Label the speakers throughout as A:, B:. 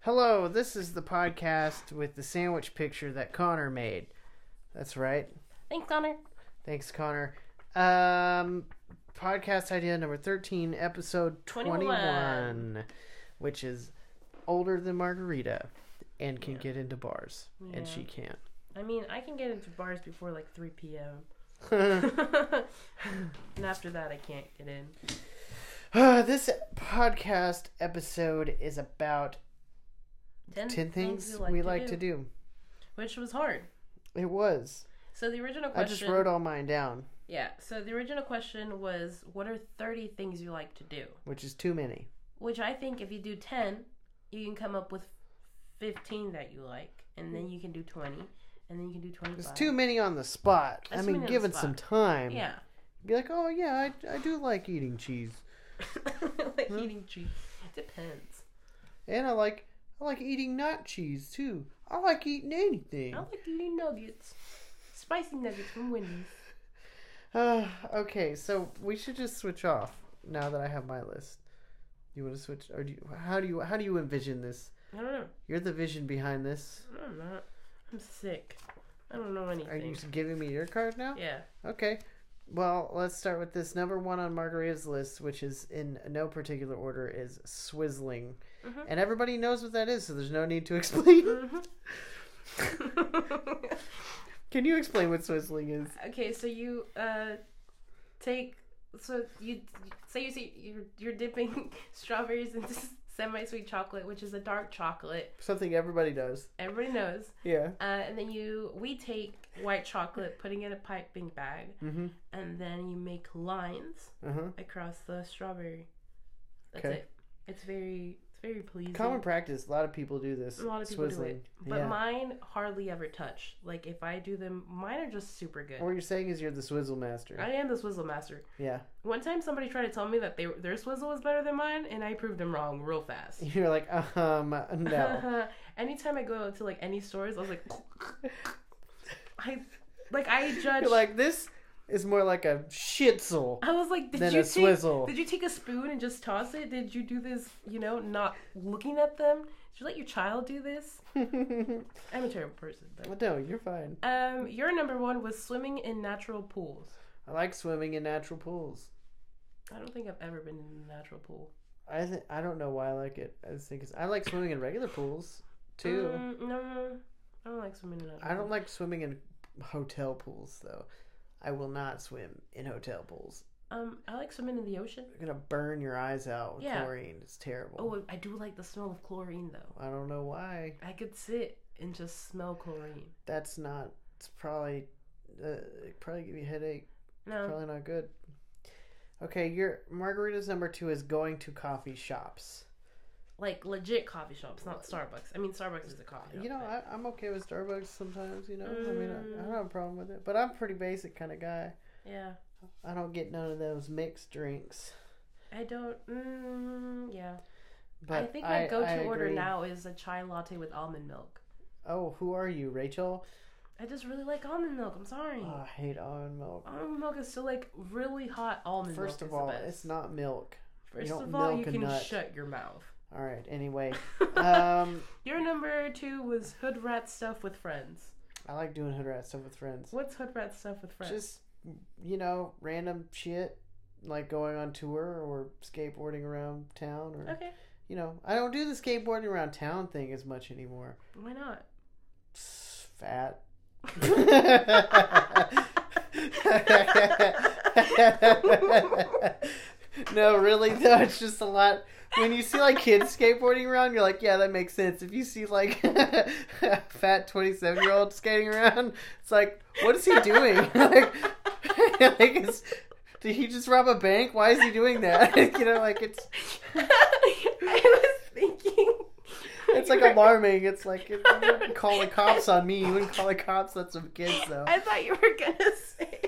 A: Hello, this is the podcast with the sandwich picture that Connor made. That's right.
B: Thanks, Connor.
A: Thanks, Connor. Um, podcast idea number 13, episode 21,
B: 21.
A: which is older than Margarita and can get into bars, and
B: Yeah.
A: she can't.
B: I mean, I can get into bars before like 3 p.m.
A: Uh,
B: and after that, I can't get in.
A: this podcast episode is about
B: 10,
A: 10 things
B: we
A: we like to do.
B: Which was hard.
A: It was.
B: So the original
A: I
B: question.
A: just wrote all mine down,
B: Yeah. So the original question was what are 30 things you like to do?
A: which is too many.
B: Which I think if you do 10, you can come up with 15 that you like. And then you can do 20. And then you can do 25.
A: It's too many on the spot.
B: That's
A: I
B: too many
A: mean,
B: on the
A: given
B: spot.
A: some time.
B: Yeah.
A: Be like, oh yeah, I, I do like eating cheese,
B: like
A: Hmm.
B: eating cheese. Depends.
A: and I like I like eating not cheese too. I like eating anything.
B: I like eating nuggets. Spicy nuggets from Wendy's.
A: Uh, okay, so we should just switch off now that I have my list. You want to switch, or do you, how do you how do you envision this?
B: I don't know.
A: You're the vision behind this.
B: I'm not. I'm sick. I don't know
A: Are you
B: anything.
A: giving me your card now?
B: Yeah.
A: Okay. Well, let's start with this number one on Margarita's list, which is in no particular order, is swizzling,
B: Mhm.
A: and everybody knows what that is, so there's no need to explain.
B: Mm-hmm. Mhm.
A: Can you explain what swizzling is?
B: okay, so you uh take so you say you see you're you're dipping strawberries into semi-sweet chocolate, which is a dark chocolate.
A: Something everybody does.
B: Everybody knows.
A: Yeah.
B: Uh, and then you we take white chocolate, putting it in a piping bag,
A: Mm-hmm.
B: and then you make lines
A: Uh huh.
B: across the strawberry. That's
A: Okay.
B: it. It's very it's very pleasing.
A: Common practice. A lot of people do this.
B: A lot of people do
A: swizzling.
B: it, but
A: yeah.
B: mine hardly ever touch. Like if I do them, mine are just super good.
A: what you're saying is you're the swizzle master.
B: I am the swizzle master.
A: Yeah.
B: One time, somebody tried to tell me that they, their swizzle was better than mine, and I proved them wrong real fast.
A: You're like, um, no.
B: Anytime I go to like any stores, I was like, I like I judge.
A: You're like, this is more like a shitzel
B: I was like, did
A: than
B: you
A: a
B: take?
A: swizzle.
B: Did you take a spoon and just toss it? Did you do this? You know, not looking at them. Did you let your child do this? I'm a terrible person, but
A: no, you're fine.
B: Um, your number one was swimming in natural pools.
A: I like swimming in natural pools.
B: I don't think I've ever been in a natural pool.
A: I th- I don't know why I like it. I just think it's, I like swimming in regular pools too.
B: Mm, no, no, I don't like swimming in natural.
A: I don't like swimming in hotel pools though. I will not swim in hotel pools.
B: Um, I like swimming in the ocean.
A: You're gonna burn your eyes out with
B: Yeah.
A: chlorine. It's terrible.
B: Oh, I do like the smell of chlorine though.
A: I don't know why.
B: I could sit and just smell chlorine.
A: That's not. It's probably. Uh, it probably give you a headache.
B: No,
A: Probably not good. Okay, your margaritas number two is going to coffee shops.
B: like legit coffee shops, not Starbucks. I mean, Starbucks is a coffee.
A: You know,
B: shop,
A: I, I'm okay with Starbucks sometimes. You know, I mean, I, I don't have a
B: Mm.
A: problem with it. But I'm a pretty basic kind of guy.
B: but- yeah,
A: I don't get none of those mixed drinks.
B: I don't. Mm, yeah,
A: But
B: I think my go-to order
A: agree.
B: now is a chai latte with almond milk.
A: Oh, who are you, Rachel?
B: I just really like almond milk. I'm sorry.
A: Oh, I hate almond milk.
B: Almond milk is still like really hot almond milk.
A: First
B: is
A: of
B: the
A: all,
B: best.
A: it's not milk.
B: First
A: don't
B: of all,
A: milk
B: you
A: a
B: can
A: nut.
B: shut your mouth.
A: All right. Anyway, um,
B: your number two was hood rat stuff with friends.
A: I like doing hood rat stuff with friends.
B: What's hood rat stuff with friends?
A: Just you know, random shit like going on tour or skateboarding around town or
B: okay,
A: you know, I don't do the skateboarding around town thing as much anymore.
B: why not?
A: Psst, fat. no, really though, it's just a lot. When you see like kids skateboarding around, you're like, yeah, that makes sense. If you see like fat 27 year old skating around, it's like, what is he doing? like, like it's, did he just rob a bank? Why is he doing that? you know, like it's
B: I was thinking.
A: it's like alarming. It's like you wouldn't call the cops on me. You wouldn't call the cops on some kids though.
B: I thought you were gonna say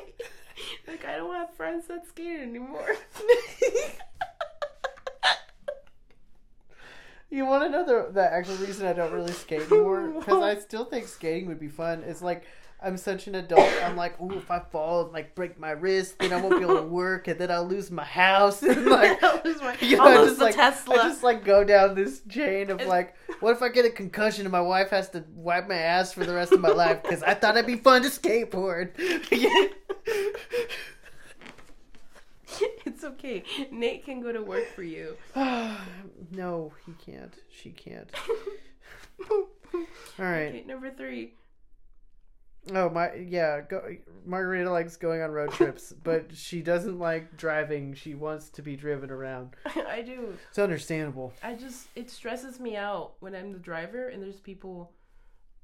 B: like I don't have friends that skate anymore.
A: You want to know the, the actual reason I don't really skate anymore? Because I still think skating would be fun. It's like I'm such an adult. I'm like, ooh, if I fall and like break my wrist, then I won't be able to work, and then I'll lose my house, and like,
B: That was my-
A: you know, I
B: almost
A: just
B: the
A: like,
B: Tesla.
A: I just like go down this chain of
B: It's-
A: like, what if I get a concussion and my wife has to wipe my ass for the rest of my life because I thought it'd be fun to skateboard.
B: it's okay. Nate can go to work for you.
A: no, he can't. She can't. All right.
B: Okay, number three.
A: Oh my, yeah. Go, Margarita likes going on road trips, but she doesn't like driving. She wants to be driven around.
B: I do.
A: It's understandable.
B: I just it stresses me out when I'm the driver and there's people.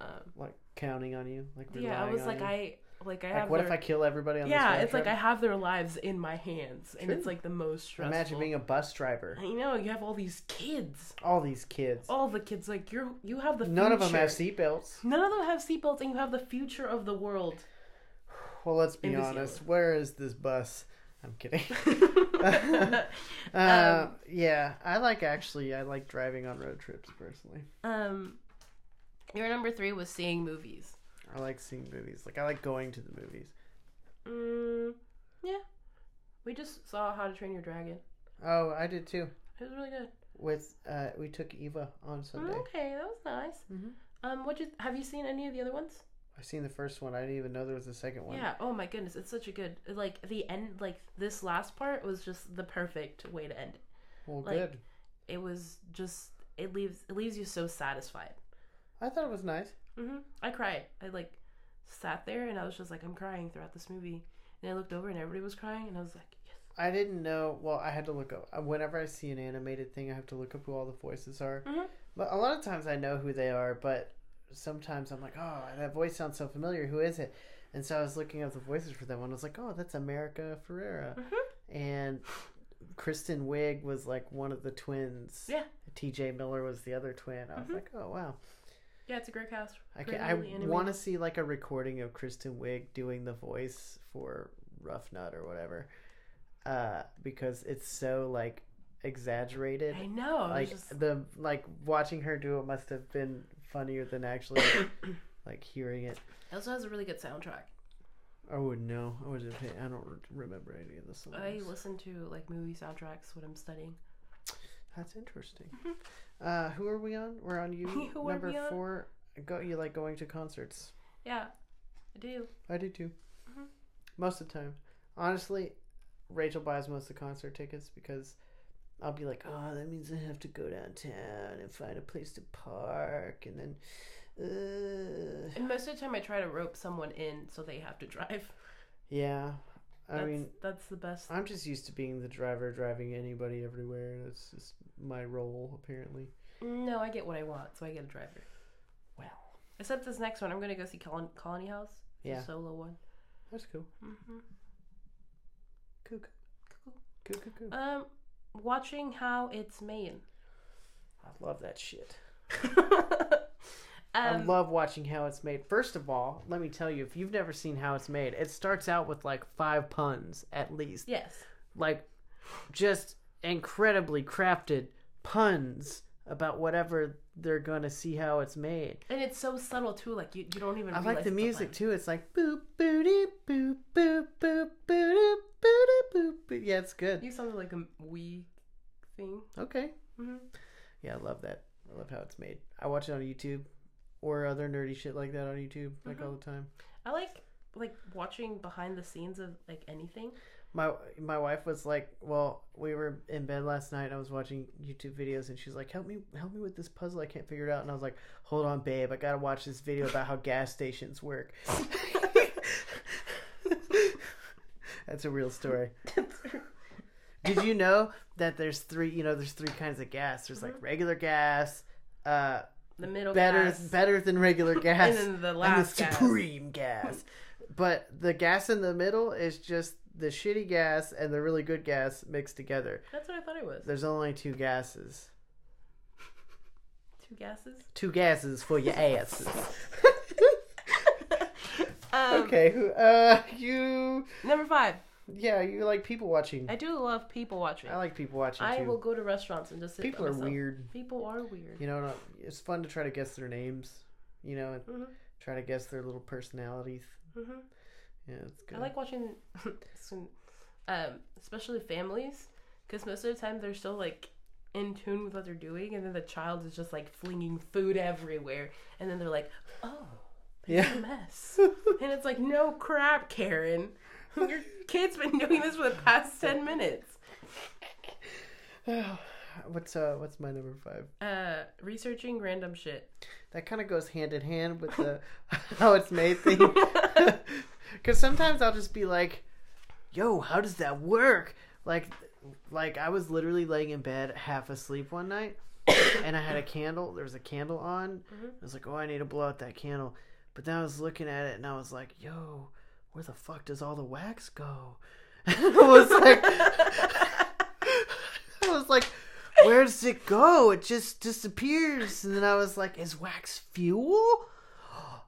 B: Um,
A: Like counting on you. Like
B: yeah, I
A: relying
B: was
A: on
B: like
A: you.
B: I like I
A: Like,
B: have.
A: what
B: their,
A: if I kill everybody on
B: yeah,
A: this road
B: it's like I
A: trip?
B: have their lives in my hands, and it's
A: True.
B: like the most stressful.
A: Imagine being a bus driver.
B: You know, you have all these kids.
A: All these kids.
B: All the kids, like you're, you have the.
A: None of them
B: future.
A: have seatbelts.
B: None of them have seatbelts, and you have the future of the world.
A: Well, let's be
B: In this
A: honest. Where is this bus? I'm kidding. uh,
B: Um,
A: yeah, I like actually. I like driving on road trips personally.
B: um, your number three was seeing movies.
A: I like seeing movies. Like I like going to the movies.
B: Mm, yeah, we just saw How to Train Your Dragon.
A: Oh, I did too.
B: It was really good. Mm,
A: With uh, we took Eva on Sunday.
B: Okay, that was nice.
A: Mhm.
B: Um, what you have you seen any of the other ones?
A: I've seen the first one. I didn't even know there was a second one.
B: Yeah. Oh my goodness, it's such a good like the end. Like this last part was just the perfect way to end. it.
A: Well,
B: Like-
A: good.
B: It was just it leaves it leaves you so satisfied.
A: I thought it was nice.
B: hmm I cried. I like sat there and I was just like I'm crying throughout this movie. And I looked over and everybody was crying and I was like yes.
A: I didn't know. Well, I had to look up. uh, Whenever I see an animated thing, I have to look up who all the voices are.
B: Mhm.
A: But a lot of times I know who they are, but sometimes I'm like, oh, that voice sounds so familiar. Who is it? And so I was looking up the voices for them, and I was like, oh, that's America Ferrera.
B: Mm-hmm.
A: And Kristen Wiig was like one of the twins.
B: Yeah.
A: T.J. Miller was the other twin. I was
B: Mhm.
A: like, oh wow.
B: Yeah, it's a great cast.
A: I
B: Great
A: can, I
B: movie, animated.
A: want to see like a recording of Kristen Wiig doing the voice for Rough Nut or whatever, uh, because it's so like exaggerated.
B: I know. I was
A: Like
B: just,
A: the like watching her do it must have been funnier than actually like hearing it.
B: it also has a really good soundtrack.
A: I wouldn't know. I wasn't. Paying, I don't re- remember any of the songs.
B: I listen to like movie soundtracks when I'm studying.
A: That's interesting. Uh, who are we on? We're on you.
B: Mm-hmm. Who are
A: number
B: we on?
A: four. Go. You like going to concerts?
B: Yeah, I do.
A: I do too.
B: Mhm.
A: Most of the time. Honestly, Rachel buys most of the concert tickets because I'll be like, oh, that means I have to go downtown and find a place to park. And then, uh,
B: And most of the time, I try to rope someone in so they have to drive.
A: yeah. I
B: That's,
A: mean,
B: that's the best.
A: I'm just used to being the driver driving anybody everywhere. That's just my role, apparently.
B: No, I get what I want, so I get a driver.
A: Well,
B: Except this next one, I'm gonna go see Colon- Colony House. It's a
A: Yeah.
B: solo one.
A: that's cool.
B: hmm
A: Cool, cool, cool, cool.
B: Um, watching how it's made.
A: I love that shit. I
B: um,
A: love watching how it's made. First of all, let me tell you, if you've never seen how it's made, it starts out with like five puns at least.
B: yes.
A: Like just incredibly crafted puns about whatever they're going to see how it's made.
B: And it's so subtle too. Like you, you don't even.
A: I
B: realize
A: like the
B: it's a
A: music
B: pun.
A: too. It's like boop booty boop boop boop booty booty boop boop. Yeah, it's good.
B: You sounded like a wee thing.
A: Okay.
B: hmm
A: Yeah, I love that. I love how it's made. I watch it on YouTube or other nerdy shit like that on YouTube like
B: Mhm.
A: all the time.
B: I like like watching behind the scenes of like anything.
A: my my wife was like, "Well, we were in bed last night. and I was watching YouTube videos, and she's like, "Help me, help me with this puzzle. I can't figure it out." And I was like, "Hold on, babe. I gotta watch this video about how gas stations work." That's a real story. Did you know that there's three? You know, there's three kinds of gas. There's like regular gas, uh,
B: the middle
A: better
B: Mm-hmm. gas,
A: better than regular gas,
B: and then the
A: and the
B: last gas.
A: supreme gas. But the gas in the middle is just the shitty gas and the really good gas mixed together.
B: That's what I thought it was.
A: There's only two gases.
B: Two gases.
A: Two gases for your asses.
B: um,
A: okay, who, uh, you,
B: Number five.
A: yeah, you like people watching.
B: I do love people watching.
A: I like people watching
B: I
A: too.
B: will go to restaurants and just sit. by
A: people are
B: myself.
A: weird.
B: People are weird.
A: You know, it's fun to try to guess their names. You know,
B: Mhm.
A: Try to guess their little personalities.
B: hmm
A: Yeah, it's good.
B: I like watching, some, um, especially families, because most of the time they're still like in tune with what they're doing, and then the child is just like flinging food everywhere, and then they're like, "Oh, it's
A: yeah.
B: a mess," and it's like, "No crap, Karen, your kid's been doing this for the past ten minutes."
A: what's uh what's my number five?
B: Uh, researching random shit.
A: That kind of goes hand in hand with the how it's made thing. Because sometimes I'll just be like, "Yo, how does that work?" Like, like I was literally laying in bed half asleep one night, and I had a candle. There was a candle on. I was like, "Oh, I need to blow out that candle." But then I was looking at it, and I was like, "Yo, where the fuck does all the wax go?" I was like, I was like, "Where does it go? It just disappears." And then I was like, "Is wax fuel?"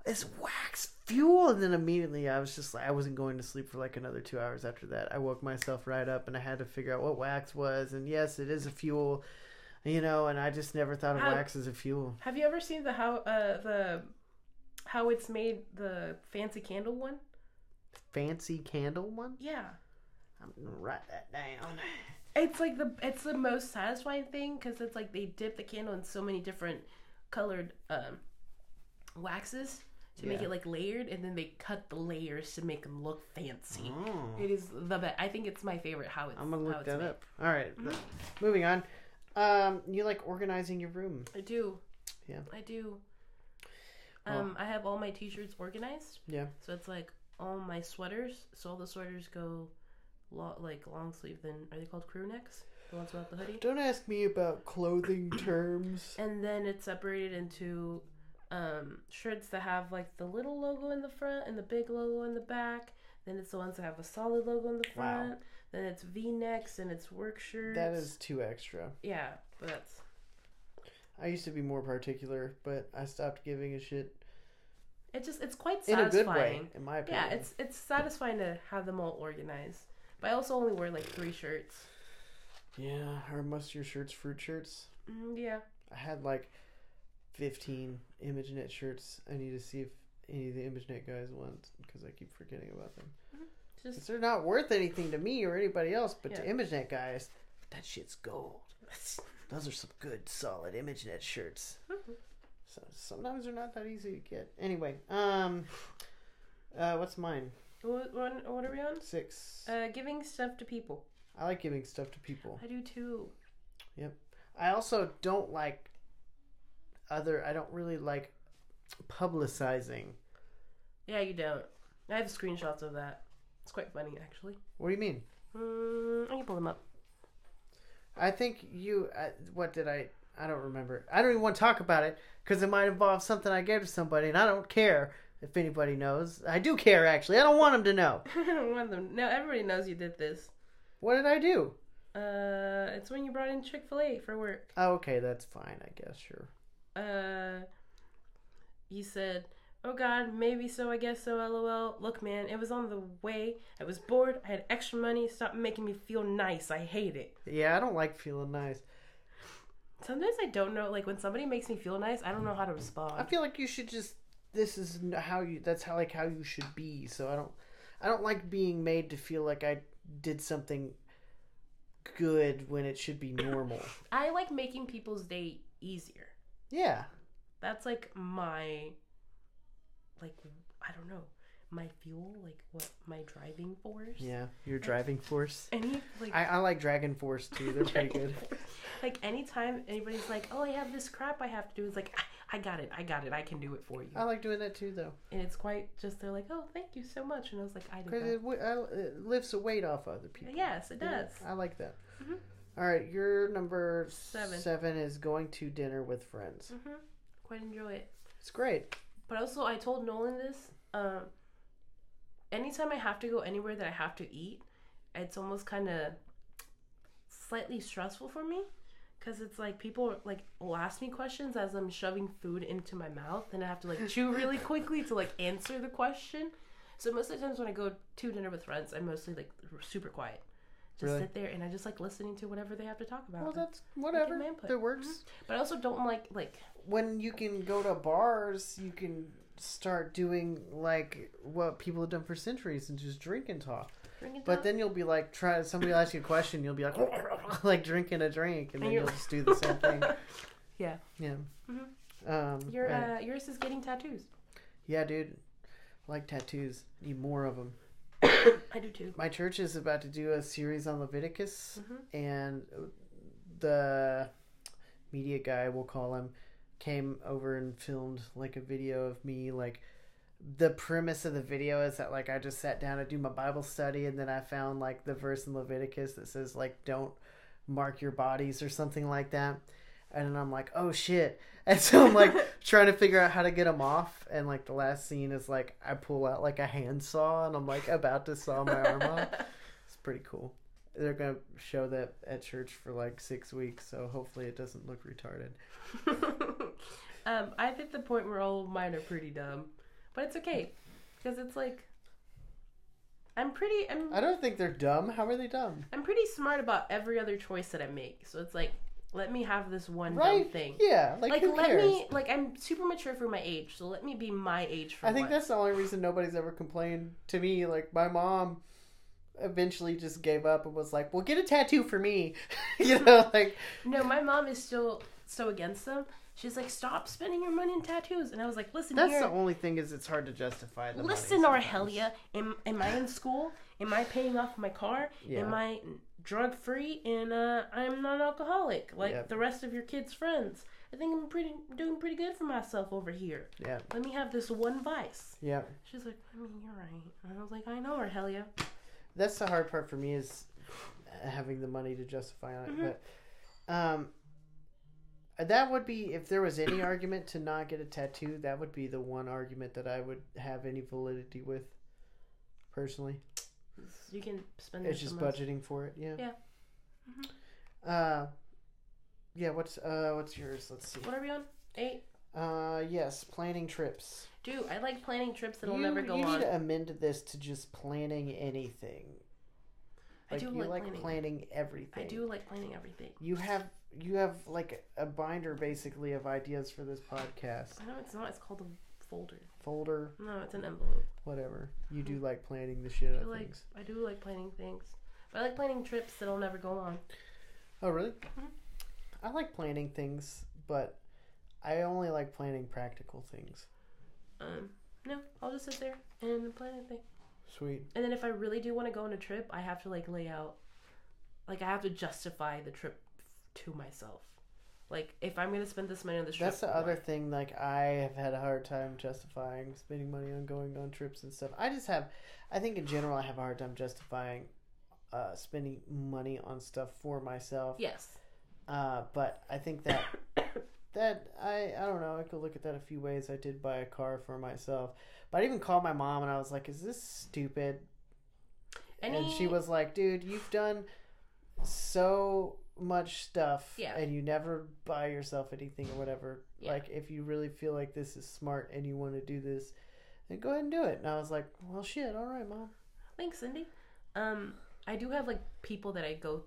A: it's wax fuel and then immediately i was just like i wasn't going to sleep for like another two hours after that i woke myself right up and i had to figure out what wax was and yes it is a fuel you know and i just never thought of
B: How-
A: wax as a fuel
B: Have you ever seen the how uh the how it's made the fancy candle one?
A: fancy candle one
B: Yeah.
A: i'm gonna write that down
B: It's like the it's the most satisfying thing because it's like they dip the candle in so many different colored um, waxes to make
A: Yeah.
B: it like layered, and then they cut the layers to make them look fancy.
A: Oh.
B: It is the best. I think it's my favorite. How it's
A: i'm gonna
B: how
A: look
B: it's
A: that
B: made. Mm-hmm.
A: up all right, th- moving on um you like organizing your room
B: I do.
A: Yeah.
B: I do.
A: Well-
B: Um, I have all my t-shirts organized.
A: Yeah.
B: So it's like all my sweaters. So all the sweaters go, lo- like long sleeve. Then are they called crew necks? The ones without the hoodie.
A: don't ask me about clothing terms
B: and then it's separated into um, shirts that have like the little logo in the front and the big logo in the back. Then it's the ones that have a solid logo in the
A: Wow.
B: front. Then it's V necks and it's work shirts.
A: that is too extra
B: yeah, but that's
A: i used to be more particular but i stopped giving a shit
B: it. Just it's quite
A: in a
B: satisfying.
A: good way, in my opinion.
B: Yeah, it's it's satisfying to have them all organized. But I also only wear like three shirts.
A: yeah. Are most of your shirts fruit shirts?
B: Mm, yeah,
A: I had like fifteen ImageNet shirts. I need to see if any of the ImageNet guys want because I keep forgetting about them.
B: it's just
A: 'Cause they're not worth anything to me or anybody else, but to
B: Yeah.
A: ImageNet guys, that shit's gold. Those are some good, solid ImageNet shirts. So sometimes they're not that easy to get. Anyway, um, uh, what's mine?
B: what, what, what are we on?
A: Six.
B: Uh, giving stuff to people.
A: I like giving stuff to people.
B: I do too.
A: I also don't like other. I don't really like publicizing.
B: Yeah, you don't. I have screenshots of that. It's quite funny, actually.
A: What do you mean?
B: Mm, I can pull them up.
A: I think you. Uh, what did I? I don't remember. I don't even want to talk about it because it might involve something I gave to somebody, and I don't care if anybody knows. I do care actually. I don't want them to know.
B: I don't want them. No, everybody knows you did this.
A: What did I do?
B: Uh, it's when you brought in Chick Fil A for work.
A: Oh, okay, that's fine. I guess sure.
B: Uh, you said, "Oh God, maybe so. I guess so. LOL. Look, man, it was on the way. I was bored. I had extra money. Stop making me feel nice. I hate it.
A: Yeah, I don't like feeling nice.
B: Sometimes I don't know. Like when somebody makes me feel nice, I don't know how to
A: I
B: respond.
A: feel like you should just. This is n- how you. That's how like how you should be. So I don't. I don't like being made to feel like I did something good when it should be normal.
B: I like making people's day easier.
A: yeah.
B: that's like my like i don't know my fuel like what my driving force
A: Yeah. Your driving force.
B: any like
A: I, I like Dragon Force too. They're pretty good.
B: like anytime anybody's like oh i have this crap i have to do it's like i, I got it i got it i can do it for you
A: I like doing that too, though,
B: and it's quite just they're like oh thank you so much and i was like i
A: because
B: did that.
A: it, wi- I- it lifts a weight off other people.
B: yes it
A: you know?
B: does
A: I like that.
B: Mhm.
A: All right, your number
B: Seven.
A: seven is going to dinner with friends.
B: hmm quite enjoy it
A: It's great.
B: But also, I told Nolan this. Um, anytime I have to go anywhere that I have to eat, it's almost kind of slightly stressful for me because it's like people like will ask me questions as I'm shoving food into my mouth, and I have to like chew really quickly to like answer the question. So most of the times when I go to dinner with friends, I'm mostly like super quiet. Just
A: Really?
B: sit there and I just like listening to whatever they have to talk about.
A: Well, that's whatever.
B: my input.
A: That works.
B: but I also don't like like
A: When you can go to bars, you can start doing like what people have done for centuries and just drink and talk.
B: Bring it
A: But
B: down.
A: then you'll be like, try. Somebody will ask you a question, you'll be like, like drinking a drink, and then
B: you're-
A: you'll just do the same thing.
B: Yeah.
A: Yeah.
B: Mhm.
A: Um,
B: Your
A: right.
B: uh, yours is getting tattoos.
A: Yeah, dude. I like tattoos. Need more of them.
B: I do too.
A: My church is about to do a series on Leviticus,
B: Mhm.
A: and the media guy, we'll call him, came over and filmed like a video of me. Like, the premise of the video is that, like, I just sat down to do my Bible study, and then I found, like, the verse in Leviticus that says, like, don't mark your bodies or something like that. And then I'm like, oh shit. And so I'm like trying to figure out how to get them off. And like the last scene is like, I pull out like a handsaw and I'm like about to saw my arm off. It's pretty cool. They're gonna show that at church for like six weeks, so hopefully it doesn't look retarded.
B: um, I've hit the point where all of mine are pretty dumb, but it's okay because it's like I'm pretty I'm
A: I don't think they're dumb. How are they dumb?
B: I'm pretty smart about every other choice that I make. So it's like let me have this one dumb
A: Right?
B: thing.
A: Yeah. Like,
B: Like
A: who
B: let
A: cares?
B: me like I'm super mature for my age, so let me be my age for
A: I think
B: once.
A: that's the only reason nobody's ever complained to me. Like my mom eventually just gave up and was like, Well get a tattoo for me You know, like
B: No, my mom is still so against them. She's like, stop spending your money on tattoos, and I was like, listen
A: that's
B: here,
A: the only thing is it's hard to justify the money
B: Listen,
A: sometimes.
B: Arhelia, am, am I in school? Am I paying off my car?
A: Yeah.
B: Am I drug free? And uh, I'm non alcoholic, like
A: Yep.
B: the rest of your kids' friends. I think I'm pretty doing pretty good for myself over here.
A: Yeah.
B: Let me have this one vice.
A: Yeah.
B: She's like, I mean, you're right. And I was like, I know, Arhelia.
A: that's the hard part for me is uh, having the money to justify on it. But um, uh, that would be if there was any argument to not get a tattoo, that would be the one argument that I would have any validity with. Personally,
B: You can spend
A: it's
B: this
A: just
B: on us."
A: budgeting for it. Yeah.
B: Yeah.
A: Uh, yeah. What's uh, what's yours? Let's see.
B: What are we on? Eight?
A: Uh, yes, planning trips.
B: Dude, I like planning trips that'll
A: you,
B: never go
A: you
B: on.
A: need to amend this to just planning anything.
B: I
A: Like
B: do
A: you
B: like,
A: like planning,
B: planning. I
A: everything.
B: do like planning everything.
A: You have you have like a binder basically of ideas for this podcast
B: I know it's not. It's called a folder.
A: folder,
B: No, it's an envelope.
A: whatever. You do like planning the shit out
B: I
A: of
B: like
A: things.
B: I Mm-hmm. do like planning things. But I like planning trips that'll never go on.
A: Oh really?
B: Mm-hmm.
A: I like planning things, but I only like planning practical things.
B: Um, no, I'll just sit there and plan a thing.
A: Sweet.
B: And then if I really do want to go on a trip, I have to like lay out, like I have to justify the trip to myself. Like if I'm gonna spend this money on this trip,
A: That's the other thing. Like I have had a hard time justifying spending money on going on trips and stuff. I just have, I think in general, I have a hard time justifying uh, spending money on stuff for myself.
B: yes,
A: Uh, but I think that that I I don't know. I could look at that a few ways. I did buy a car for myself, but I even called my mom and I was like, "Is this stupid?" And
B: Any-
A: she was like, "Dude, you've done so much stuff,
B: Yeah.
A: and you never buy yourself anything or whatever.
B: Yeah.
A: Like, if you really feel like this is smart and you want to do this." Then go ahead and do it. And I was like, well, shit, all right, mom.
B: thanks, Cindy. Um, I do have like people that I go.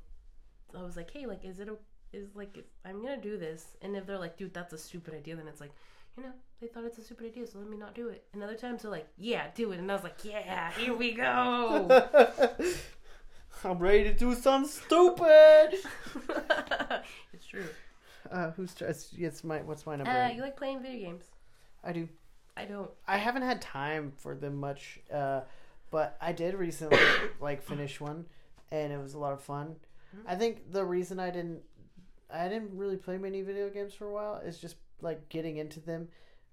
B: I was like, hey, like, is it a is like if I'm gonna do this, and if they're like, dude, that's a stupid idea, then it's like, you know, they thought it's a stupid idea, so let me not do it. And other times they're like, yeah, do it, and I was like, yeah, here we go. Oh.
A: I'm ready to do something stupid.
B: it's true.
A: Uh, who's it's, it's my what's my number?
B: Uh,
A: eight?
B: you like playing video games?
A: I do.
B: I don't.
A: I haven't had time for them much, uh, but I did recently like finish one, and it was a lot of fun. I think the reason I didn't, I didn't really play many video games for a while is just like getting into them.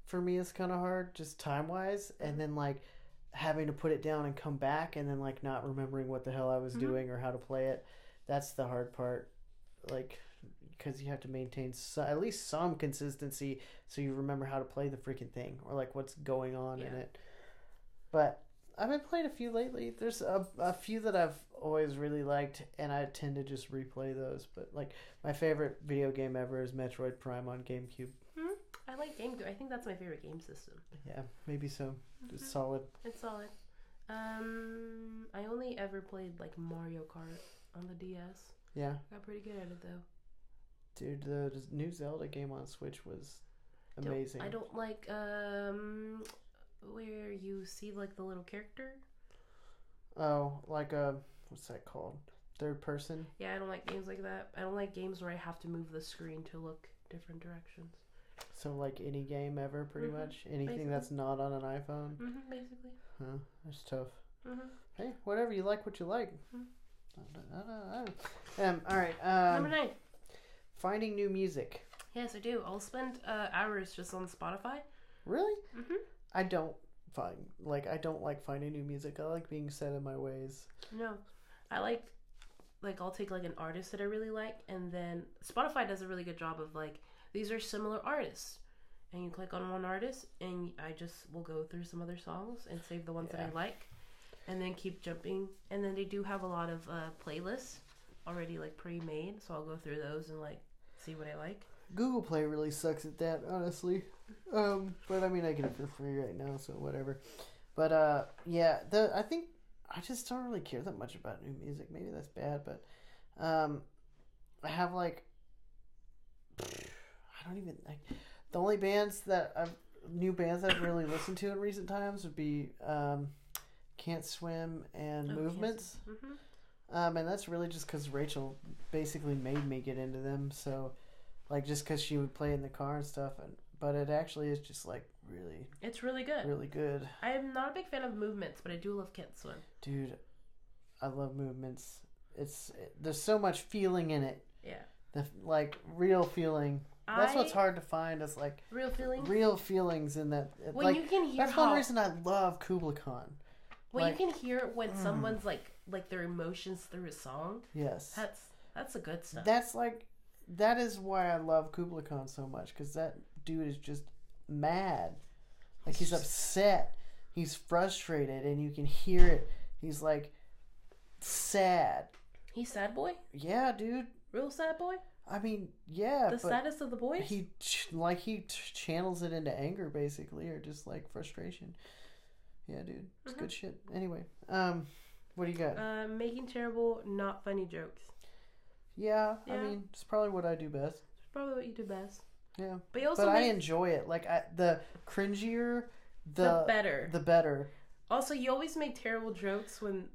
A: For me, is kind of hard, just time wise, and then like having to put it down and come back, and then like not remembering what the hell I was
B: Mhm.
A: doing or how to play it. That's the hard part, like because you have to maintain so, at least some consistency so you remember how to play the freaking thing or like what's going on in
B: Yeah.
A: it. But I've been playing a few lately. There's a, a few that I've always really liked, and I tend to just replay those. But like my favorite video game ever is Metroid Prime on GameCube.
B: I like game. I think that's my favorite game system.
A: Yeah, maybe so. It's
B: Mm-hmm.
A: solid.
B: It's solid. Um, I only ever played like Mario Kart on the DS.
A: Yeah,
B: Got pretty good at it though.
A: dude, the new Zelda game on Switch was
B: Don't-
A: amazing.
B: I don't like um where you see like the little character.
A: Oh, like a what's that called? Third person.
B: Yeah, I don't like games like that. I don't like games where I have to move the screen to look different directions.
A: So like any game ever, pretty
B: Mhm.
A: much. Anything
B: Basically.
A: that's not on an iPhone.
B: hmm basically.
A: Huh, that's tough.
B: hmm
A: Hey, whatever you like, what you like.
B: Mhm.
A: Um, all right.
B: Number
A: Um,
B: nine.
A: finding new music.
B: Yes, I do. I'll spend uh, hours just on Spotify.
A: Really?
B: hmm
A: I don't find like I don't like finding new music. I like being set in my ways.
B: No, I like like I'll take like an artist that I really like, and then Spotify does a really good job of like these are similar artists, and you click on one artist, and I just will go through some other songs and save the ones that
A: Yeah.
B: I like, and then keep jumping. And then they do have a lot of uh, playlists already like pre-made, so I'll go through those and like see what I like.
A: Google Play really sucks at that, honestly. Um, but I mean, I get it for free right now, so whatever. But uh, yeah, the I think I just don't really care that much about new music. Maybe that's bad, but um, I have like I don't even like the only bands that I've new bands that I've really listened to in recent times would be um, Can't Swim and
B: Oh, Can't
A: Movements.
B: hmm
A: Um, and that's really just because Rachel basically made me get into them. So, like, just because she would play in the car and stuff. And but it actually is just like really,
B: It's really good.
A: really good,
B: I am not a big fan of movements, but I do love Kent Swim.
A: dude. I love movements. It's there's so much feeling in it.
B: Yeah.
A: The like real feeling. That's
B: I,
A: what's hard to find. Is like
B: Real feeling.
A: real feelings in that.
B: when
A: like
B: you can hear
A: that's one
B: how
A: reason I love Kubla Khan.
B: Well,
A: Like-
B: you can hear it when
A: Mm.
B: someone's like like their emotions through a song.
A: Yes.
B: That's that's the good stuff.
A: That's like, that is why I love Kubla Khan so much because that dude is just mad. Like he's upset, he's frustrated, and you can hear it. He's like sad.
B: He's sad boy,
A: Yeah, dude.
B: real sad boy,
A: I mean, yeah,
B: the
A: but
B: saddest of the boys.
A: he ch- like he ch- channels it into anger basically, or just like frustration. Yeah, dude, it's
B: Mhm.
A: good shit. Anyway, um, what do you got?
B: Uh, making terrible, not funny jokes.
A: yeah, I
B: yeah.
A: mean, it's probably what I do best.
B: It's probably what you do best.
A: Yeah.
B: But you also
A: but I
B: make
A: enjoy it. Like I, the cringier,
B: the,
A: the
B: better.
A: the better.
B: also, you always make terrible jokes when,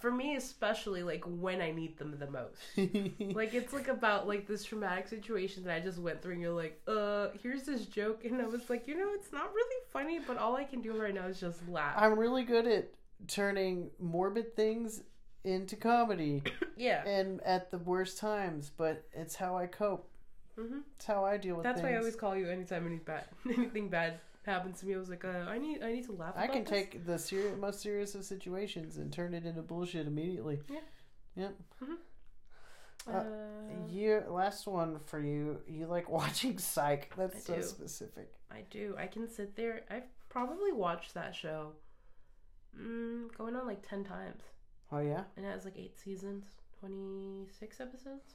B: for me especially, like when I need them the most. Like it's like about like this traumatic situation that I just went through, and you're like, uh, here's this joke, and I was like, you know, it's not really funny, but all I can do right now is just laugh.
A: I'm really good at turning morbid things into comedy,
B: yeah.
A: and at the worst times. But it's how I cope.
B: hmm
A: It's how I deal with
B: That's
A: things.
B: why I always call you anytime any bad, anything bad happens to me. I was like, uh, I need, I need to laugh.
A: I
B: about
A: can
B: this.
A: take the seri- most serious of situations and turn it into bullshit immediately.
B: Uh,
A: uh, You last one for you. You like watching Psych? That's
B: I
A: so
B: do.
A: specific.
B: I do. I can sit there. I've probably watched that show, mm, going on like ten times,
A: Oh yeah,
B: and it has like eight seasons, twenty six episodes.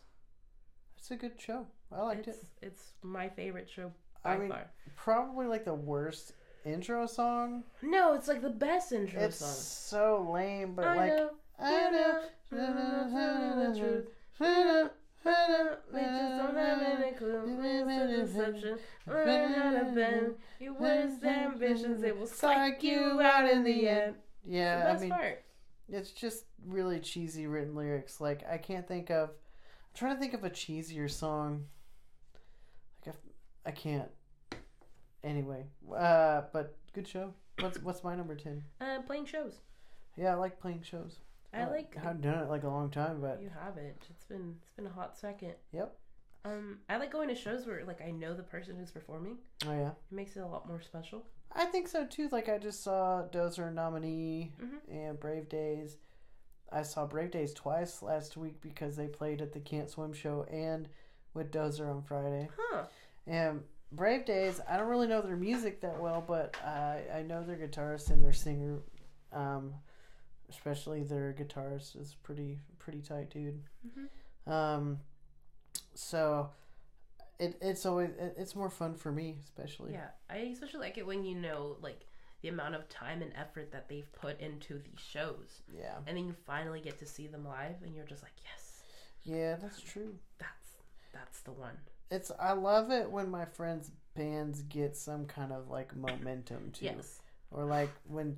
A: it's a good show. Oh, I liked
B: it's,
A: it.
B: It's my favorite show by
A: I mean,
B: far.
A: probably like the worst intro song.
B: No, it's like the best intro
A: It's
B: song.
A: so lame, but
B: I
A: like
B: know,
A: I know.
B: I know the truth. We just don't have any clue. It's a deception. We're not a bend. Your worst ambitions, it will psych you out in the end. It's the
A: Yeah, I
B: best
A: mean
B: part.
A: it's just really cheesy written lyrics. Like I can't think of I'm trying to think of a cheesier song. Like I, I can't. Anyway, uh but good show. What's what's my number 10?
B: Uh, playing shows.
A: Yeah, I like playing shows.
B: I like.
A: I've done it like a long time, but
B: You haven't. It's been it's been a hot second.
A: Yep.
B: Um, I like going to shows where like I know the person who's performing.
A: oh yeah.
B: It makes it a lot more special.
A: I think so too. Like I just saw Dozer nominee
B: Mhm.
A: and Brave Days. I saw Brave Days twice last week because they played at the Can't Swim show and with Dozer on Friday.
B: Huh.
A: And Brave Days, I don't really know their music that well, but I I know their guitarist and their singer, um, especially their guitarist is pretty pretty tight dude.
B: Mhm.
A: Um, so it it's always it, it's more fun for me especially.
B: Yeah, I especially like it when you know like the amount of time and effort that they've put into these shows,
A: yeah,
B: and then you finally get to see them live, and you're just like, yes,
A: yeah that's true.
B: that's that's the one.
A: It's I love it when my friends' bands get some kind of like momentum too,
B: Yes.
A: or like when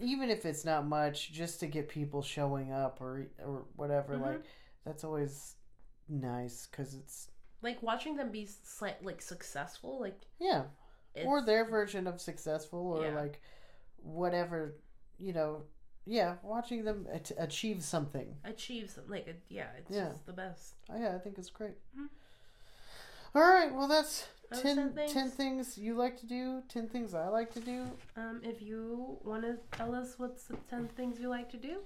A: even if it's not much, just to get people showing up or or whatever.
B: Mhm.
A: Like that's always nice because it's
B: Like watching them be slight, like successful, like
A: yeah,
B: it's,
A: or their version of successful or
B: Yeah.
A: like whatever you know. Yeah, watching them at- achieve something.
B: achieve some, like it- yeah, it's
A: Yeah.
B: just the best.
A: Oh, yeah, I think it's great.
B: Mhm.
A: All right, well that's
B: That was
A: 10, 10
B: 10
A: things.
B: things.
A: you like to do, 10 things I like to do.
B: Um, if you want to tell us what's the ten things you like to do,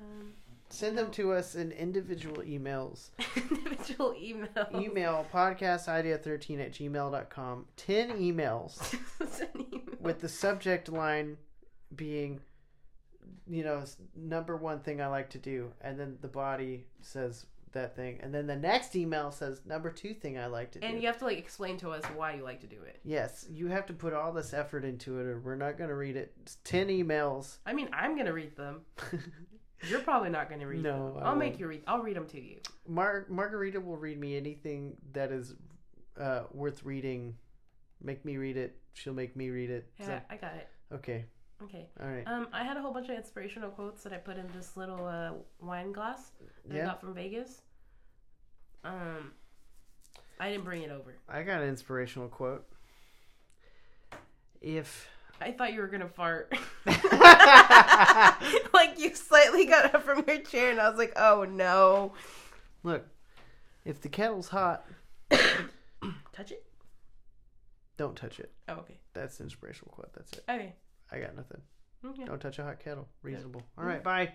B: um,
A: Send them to us in individual emails.
B: individual email.
A: Email podcastidea13 at gmail.com. 10 emails
B: It's an email.
A: with the subject line being, you know, s- number one thing I like to do. And then the body says that thing. And then the next email says number two thing I like to do.
B: and you have to like explain to us why you like to do it.
A: Yes, you have to put all this effort into it, or we're not going to read it. It's ten emails.
B: I mean, I'm gonna read them. You're probably not gonna read
A: No,
B: them.
A: I
B: I'll make
A: won't.
B: you read. I'll read them to you.
A: Mar- Margarita will read me anything that is uh, worth reading. Make me read it. She'll make me read it.
B: Yeah,
A: So-
B: I got it.
A: okay,
B: Okay.
A: all right.
B: Um, I had a whole bunch of inspirational quotes that I put in this little uh, wine glass that I
A: Yeah.
B: got from Vegas. Um, I didn't bring it over.
A: I got an inspirational quote. If
B: I thought you were gonna fart.
A: look,
B: like you slightly got up from your chair, and I was like, "Oh no!"
A: if the kettle's hot,
B: Touch it.
A: don't touch it.
B: Oh, okay.
A: That's the inspirational quote. That's it.
B: Okay.
A: I got nothing.
B: Okay.
A: Don't touch a hot kettle. Reasonable. All right. Bye.